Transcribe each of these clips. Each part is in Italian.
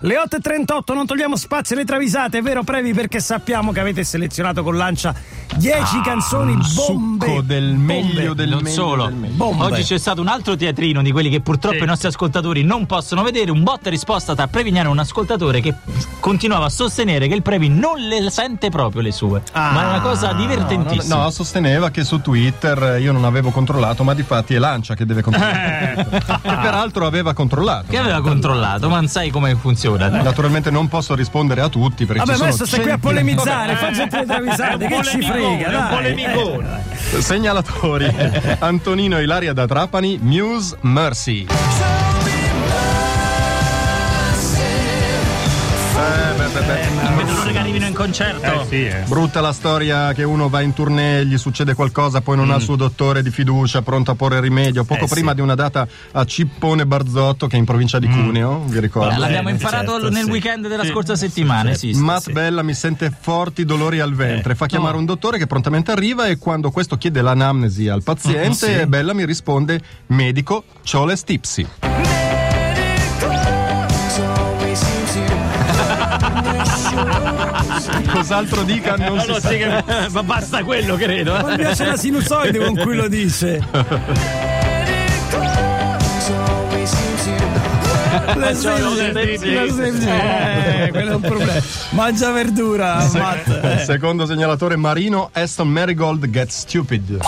Le 8.38 non togliamo spazio alle travisate, è vero Previ? Perché sappiamo che avete selezionato con lancia 10 canzoni bombe. Ah, Succo del bombe. meglio del non meglio solo, del meglio. Bombe. oggi c'è stato un altro teatrino di quelli che purtroppo i nostri ascoltatori non possono vedere. Un botta e risposta tra Prevignano e un ascoltatore che continuava a sostenere che il Previ non le sente proprio le sue. Ah, ma è una cosa divertentissima. No, no, sosteneva che su Twitter eh, io non avevo controllato, ma di fatti è Lancia che deve controllare. Eh. e peraltro aveva controllato. Che aveva controllato, ma non sai come funziona. Naturalmente non posso rispondere a tutti perché Vabbè, ci ma adesso sono stai qui a polemizzare, centinaia- fai gente le travisate, che ci frega, dai. Eh, Vabbè, Segnalatori Antonino Ilaria da Trapani, Muse Mercy. Eh, beh, beh, beh. Non vedo l'ora che arrivino in concerto. Eh sì, eh. Brutta la storia che uno va in tournée, gli succede qualcosa, poi non ha il suo dottore di fiducia pronto a porre rimedio. Poco Eh, prima sì. di una data a Cippone Barzotto, che è in provincia di Cuneo, vi ricordo. Eh, L'abbiamo bene, imparato certo, nel sì. weekend della scorsa settimana. Sì, sì, Matt sì. Bella mi sente forti dolori al ventre, fa chiamare un dottore che prontamente arriva e quando questo chiede l'anamnesi al paziente, Bella mi risponde medico, c'ho le stipsi. Cos'altro dica non Ah, si sa. Ma basta quello, credo. eh. Ma mi piace la sinusoide con cui lo dice. La sveglia, la sveglia. Eh, quello è un problema. Mangia verdura, Matt. Eh. Secondo segnalatore marino, Aston Marigold Get Stupid.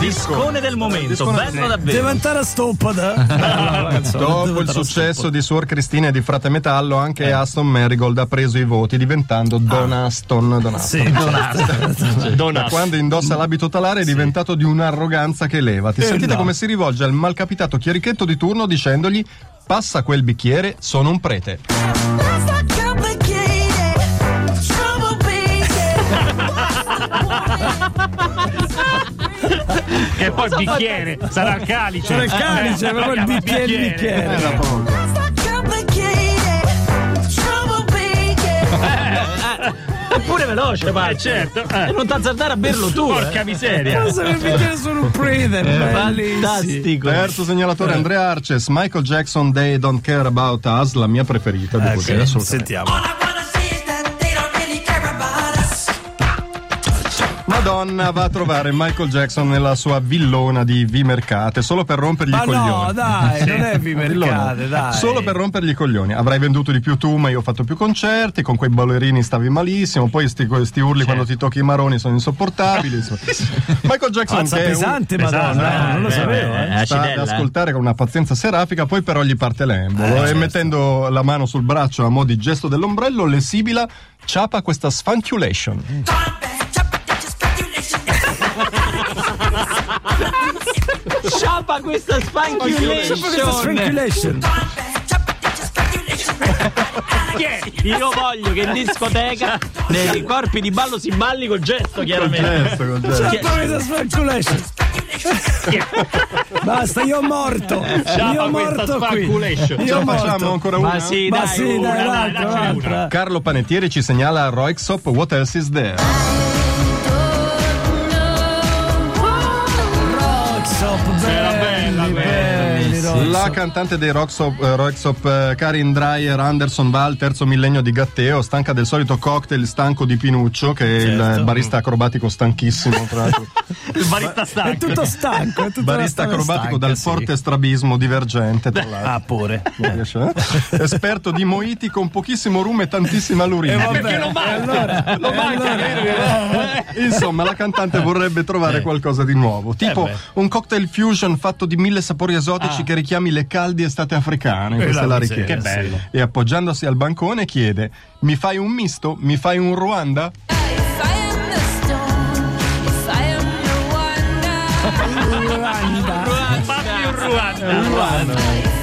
Discone. Discone del momento, Discone- bello davvero. Deve andare a stoppata. Dopo il successo di Suor Cristina e di Frate Metallo, anche Eh. Aston Marigold ha preso i voti diventando Don Aston. Don Aston. Ah. Sì, Da quando indossa l'abito talare è diventato di un'arroganza che levati. Sentite Eh, no. come si rivolge al malcapitato chierichetto di turno dicendogli passa quel bicchiere, sono un prete. Che poi il bicchiere sarà il calice. C'era il eh, calice, però cioè, il bicchiere, il bicchiere. Eppure veloce, ma Eh, certo. E Eh. non t'azzardare a berlo tu. Porca eh. miseria. Cosa che mi chiede sono un breather, Eh, bellissimo. Fantastico. Terzo Eh. segnalatore Andrea Arces, Michael Jackson They Don't Care About Us, la mia preferita di Ecco, quella, assolutamente. sentiamo. Madonna va a trovare Michael Jackson nella sua villona di V Mercate solo per rompergli Ma i coglioni. eh, no, dai, non è vi mercate, dai. Solo per rompergli i coglioni. Avrai venduto di più tu, ma io ho fatto più concerti. Con quei ballerini stavi malissimo. Poi sti, sti Certo. urli quando ti tocchi i maroni sono insopportabili. insomma. Michael Jackson Mazza che è un- pesante, Pesante, madonna, eh, non lo eh, sapevo. eh. sta eh, ad acidella, eh. ascoltare con una pazienza serafica, poi però gli parte l'embolo e certo. mettendo la mano sul braccio a mo' di gesto dell'ombrello le sibila ciapa questa sfanculation. Sciapa questa spanculation. Strangulation. Io voglio che in discoteca nei corpi di ballo si balli col gesto, chiaramente. Gesto, col Certo, gesto. Ciappa questa strangulation. Basta, io ho morto. Eh, io ho morto qui. Io ho Ce la facciamo morto. ancora una? Ma sì, Ma dai, sì, una, dai, dai, l'altra, dai, una. l'altra. Carlo Panettiere ci segnala Roixop What Else Is There? Roxop, Era bella, belli, bella, belli, La Roxop. cantante dei Roxop, eh, Roxop, eh, Karin Dreyer Anderson va al terzo millennio di Gatteo, stanca del solito cocktail stanco di Pinuccio, che è il barista acrobatico stanchissimo, tra l'altro. Il barista È stanco. tutto stanco, è tutto barista acrobatico dal forte strabismo divergente, tra l'altro. Ah, pure. Non riesce, eh? Esperto di moiti con pochissimo rum e tantissima lurina. Eh, Perché lo Allora, Lo manca, eh. Insomma, la cantante vorrebbe trovare qualcosa di nuovo, tipo un cocktail fusion fatto di mille sapori esotici che richiami le calde estate africane. Questa è la richiesta. che bello. E appoggiandosi al bancone chiede: Mi fai un misto? Mi fai un Ruanda? Fatti un Ruanda.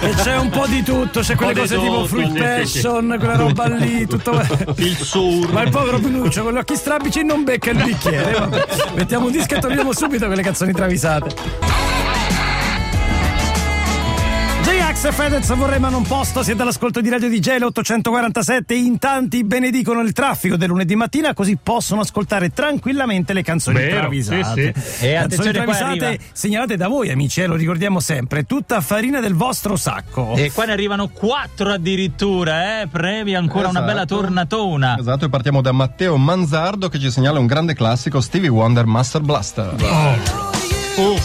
e c'è un po' di tutto, c'è quelle di cose tipo tutto, fruit sì, sì, sì. passion, quella roba lì, tutto. Il sur. Ma il povero Pinuccio con gli occhi strabici non becca il bicchiere. vabbè. Mettiamo un disco e torniamo subito con le canzoni travisate. J.H. Max e Fedez vorrei ma non posso, siete all'ascolto di Radio DJ 847, in tanti benedicono il traffico del lunedì mattina così possono ascoltare tranquillamente le canzoni Vero, travisate. sì, sì. E canzoni attenzione, qua travisate arriva. segnalate da voi amici, eh, lo ricordiamo sempre, tutta farina del vostro sacco. E qua ne arrivano quattro addirittura, eh? Premi ancora una Esatto. bella tornatona. Esatto, e partiamo da Matteo Manzardo che ci segnala un grande classico Stevie Wonder Master Blaster. Oh,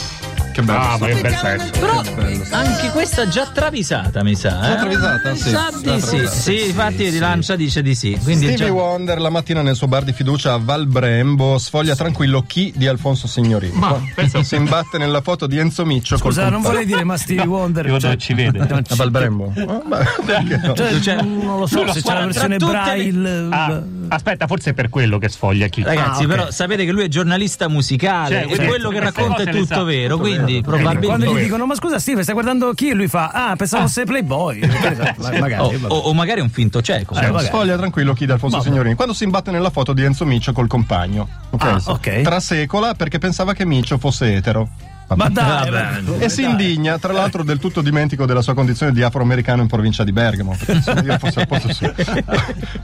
Che bello. Ah, sì. ma che bel pezzo. Però bello. anche questa già travisata, mi sa. Esatto. Già eh? travisata, sì. Sa Già di sì. travisata. Sì, infatti di Lancia dice di sì. Quindi Stevie già... Wonder la mattina nel suo bar di fiducia a Valbrembo sfoglia tranquillo chi di Alfonso Signorini. Ma, pensa- si imbatte nella foto di Enzo Miccio Scusa, col non compagno. vorrei dire Eh, ma Stevie Wonder cioè, Io dove ci vede? non a ci- Valbrembo. Ah, beh, perché no? cioè, Cioè, non lo so non lo se so, c'è la tra versione tutte le- braille. eh, Ah, aspetta, forse è per quello che sfoglia chi. Ragazzi, Ah, ok. però sapete che lui è giornalista musicale Cioè, e quindi quello che queste racconta cose è le tutto sa. vero, quindi Quando probabilmente gli Dove? dicono ma scusa Steve stai guardando chi? E lui fa ah pensavo fosse Playboy. Che ne so, ma- magari, Oh, vabbè. o, o magari è un finto cieco. Eh, vabbè. Sfoglia tranquillo chi di Alfonso Signorini quando si imbatte nella foto di Enzo Miccio col compagno. Ok. Ah, ok. Trasecola perché pensava che Miccio fosse etero. Vabbè. Ma dai, Vabbè. Eh, ma- E si indigna, tra l'altro del tutto dimentico della sua condizione di afroamericano in provincia di Bergamo. perché se io fossi al posto suo.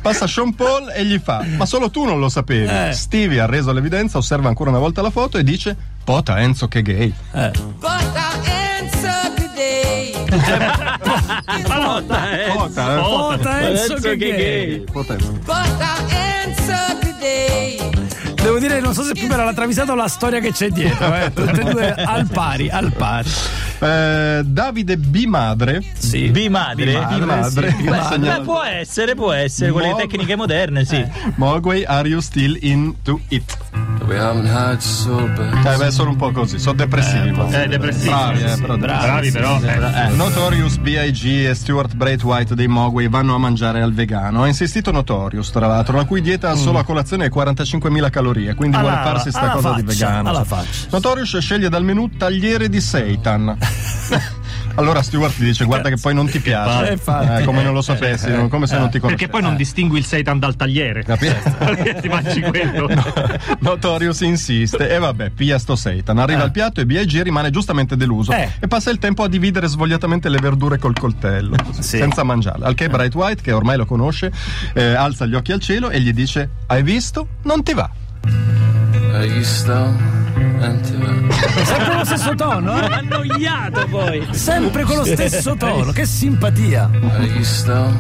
Passa Sean Paul e gli fa: Ma solo tu non lo sapevi. Eh. Stevie ha reso l'evidenza, osserva ancora una volta la foto e dice: Pota Enzo che gay. But I answer today. Pota, eh. Oh, Enzo che gay. Pota Enzo. But I answer today. Devo dire, non so se prima era la travisata o la storia che c'è dietro. Eh. Tutte e due al pari, al pari. Eh, Davide B. Madre. Sì. Di madre, Di madre, sì. che Beh, segnala- può essere, può essere, con le Mo- tecniche moderne, sì. Eh, Mogway, are you still into it? We haven't had so bad. Eh beh, sono un po' così, sono depressivo. Eh, depressivo. Bravi, eh, Sì, però Bravi, però. eh. Notorious B.I.G. e Stuart Braithwaite dei Mogwai vanno a mangiare al vegano. Ha insistito Notorious, tra l'altro, la cui dieta solo a colazione è 45.000 calorie, quindi Mm. Alla- vuole farsi sta alla cosa di faccia, vegano. alla faccia. Notorious sceglie dal menù tagliere di seitan. allora Stuart gli dice: Guarda, che poi non ti palle. Eh, piace. infatti. Eh, come non lo sapessi, non- come se non ti conoscessi. Perché poi Eh. non distingui il seitan dal tagliere. Ti mangi quello. Notorious insiste e vabbè, pia sto seitan. Arriva al piatto e B.I.G. rimane giustamente deluso Eh. e passa il tempo a dividere svogliatamente le verdure col coltello, Sì. senza mangiarle. Al che Bright White, che ormai lo conosce, eh, alza gli occhi al cielo e gli dice: Hai visto? Non ti va. Are you still into it? Sempre con lo stesso tono, eh? Annoiato poi. Sempre con lo stesso tono. Che simpatia. Are you still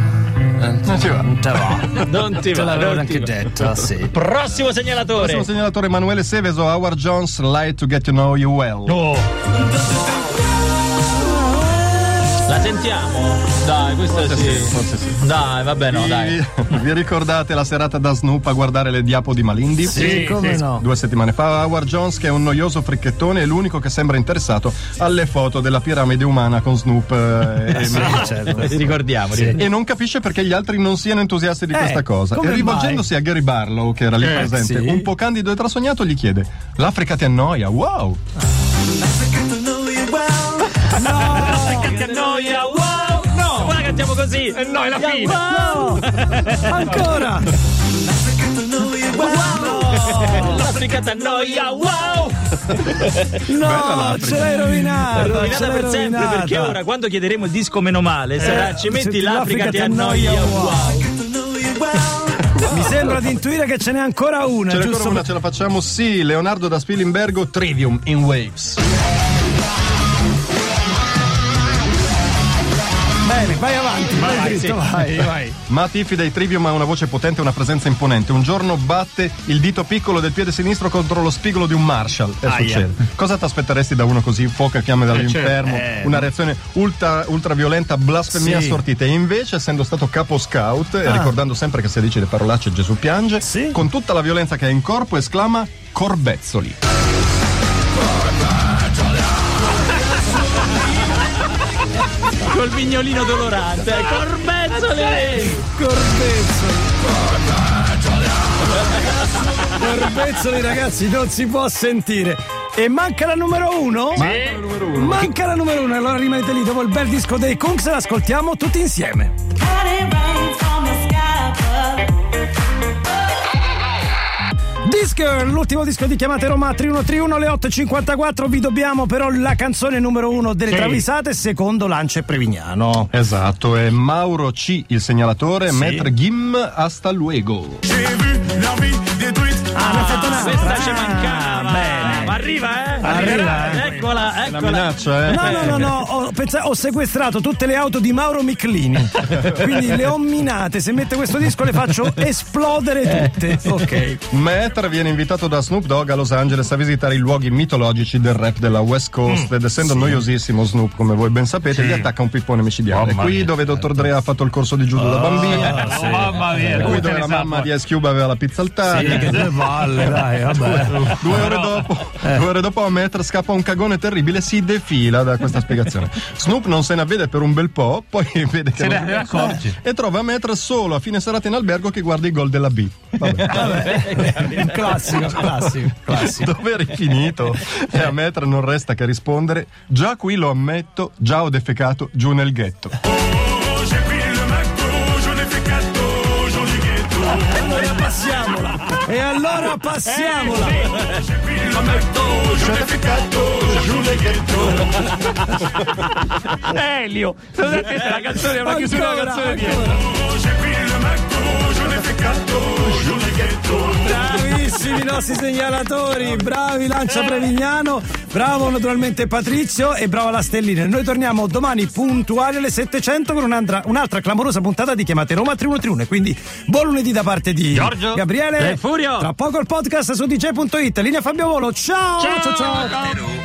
into Non ti va. Te va. Non ti Te va. l'avevo non ti anche va. detto, ah, sì. Prossimo Prossimo segnalatore. segnalatore Emanuele Seveso, Howard Jones, Lie to Get to Know You Well. Oh, La sentiamo? Dai, questa Forse sì, sì. forse sì. Dai, vabbè, no, dai. Vi, vi ricordate la serata da Snoop a guardare le diapo di Malindi? Sì, Sì, come sì. no. Due settimane fa, Howard Jones, che è un noioso fricchettone, è l'unico che sembra interessato alle foto della piramide umana con Snoop eh, e Mary. certo. Certo. Ricordiamo, ricordiamo. E non capisce perché gli altri non siano entusiasti di Eh, questa cosa. come Eh, E rivolgendosi a Gary Barlow, che era lì presente, sì. un po' candido e trasognato, gli chiede: L'Africa ti annoia? Wow! Eh, Ti annoia, wow! No! Guarda che andiamo così! Eh, no, è la fine. No! Ancora! L'Africa ti annoia, wow! No! Ce l'hai rovinata! ce rovinata l'hai per sempre rovinata. perché ora quando chiederemo il disco meno male sarà ci metti l'Africa ti annoia wow Mi sembra di intuire che ce n'è ancora una, Ce n'è giusto? ancora una, ce la facciamo? Sì, Leonardo da Spilimbergo, Trivium in Waves. Bene, vai avanti, vai, dritto, vai, vai. Ma Tiffy dei Trivium ha una voce potente e una presenza imponente. Un giorno batte il dito piccolo del piede sinistro contro lo spigolo di un Marshall. E Aia. succede. Cosa ti aspetteresti da uno così? Fuoco e fiamme dall'inferno, certo. Eh. una reazione ultra, ultraviolenta, blasfemia Sì. assortita. E invece, essendo stato capo scout, e ricordando sempre che se dici le parolacce Gesù piange, Sì. con tutta la violenza che ha in corpo esclama Corbezzoli. col vignolino dolorante corbezzole Corbezzoli. Corbezzoli, ragazzi, non si può sentire. E manca la numero uno? Manca la numero uno, allora rimanete lì dopo il bel disco dei Kungs e l'ascoltiamo tutti insieme. Discern, l'ultimo disco di chiamate Roma 3131 alle 8.54. Vi dobbiamo però la canzone numero uno delle Sì. travisate, secondo Lance Prevignano. Esatto, è Mauro C, il segnalatore, Maître Gim, hasta luego. Ah, ne ha fatto un'altra. Questa ci Ah, mancava. bene. Ma arriva, eh? Arriva, Arriverà. Eccola, Una eccola. minaccia, eh? No, no, no, no, ho, pensa- ho sequestrato tutte le auto di Mauro Miclini. Quindi le ho minate. Se mette questo disco le faccio esplodere tutte. Ok. Maître viene invitato da Snoop Dogg a Los Angeles a visitare i luoghi mitologici del rap della West Coast Mm, ed essendo noiosissimo Snoop, come voi ben sapete, gli attacca un pippone micidiale. Mamma qui mia. dove Dr. Dre ha fatto il corso di judo da bambino, Oh, mamma mia, qui come te dove ne la sa, mamma poi? di Ice Cube aveva la pizza al taglio. due valle, dai, vabbè. Due ore, dopo, Eh. due ore dopo a Maître scappa un cagone terribile e si defila da questa spiegazione. Snoop non se ne avvede per un bel po', poi vede che Se ne non- ne accorge. e trova Maître solo a fine serata in albergo che guarda i gol della B. Vabbè. Un classico, classico, classico. Dove eri finito? E a Metra non resta che rispondere: Già qui lo ammetto, già ho defecato giù nel ghetto. E allora passiamola. Elio. La canzone è una chiusura, una Ancora, canzone di Elio. ancora. Bravissimi i nostri segnalatori, bravi Lancia Eh. Prevignano, bravo naturalmente Patrizio e brava la Stellina. Noi torniamo domani puntuali alle 700 con un'altra, un'altra clamorosa puntata di Chiamate Roma 3131. Quindi buon lunedì da parte di Giorgio Gabriele e Furio. Tra poco il podcast su dj.it, linea Fabio Volo. Ciao ciao ciao. Chiamatelo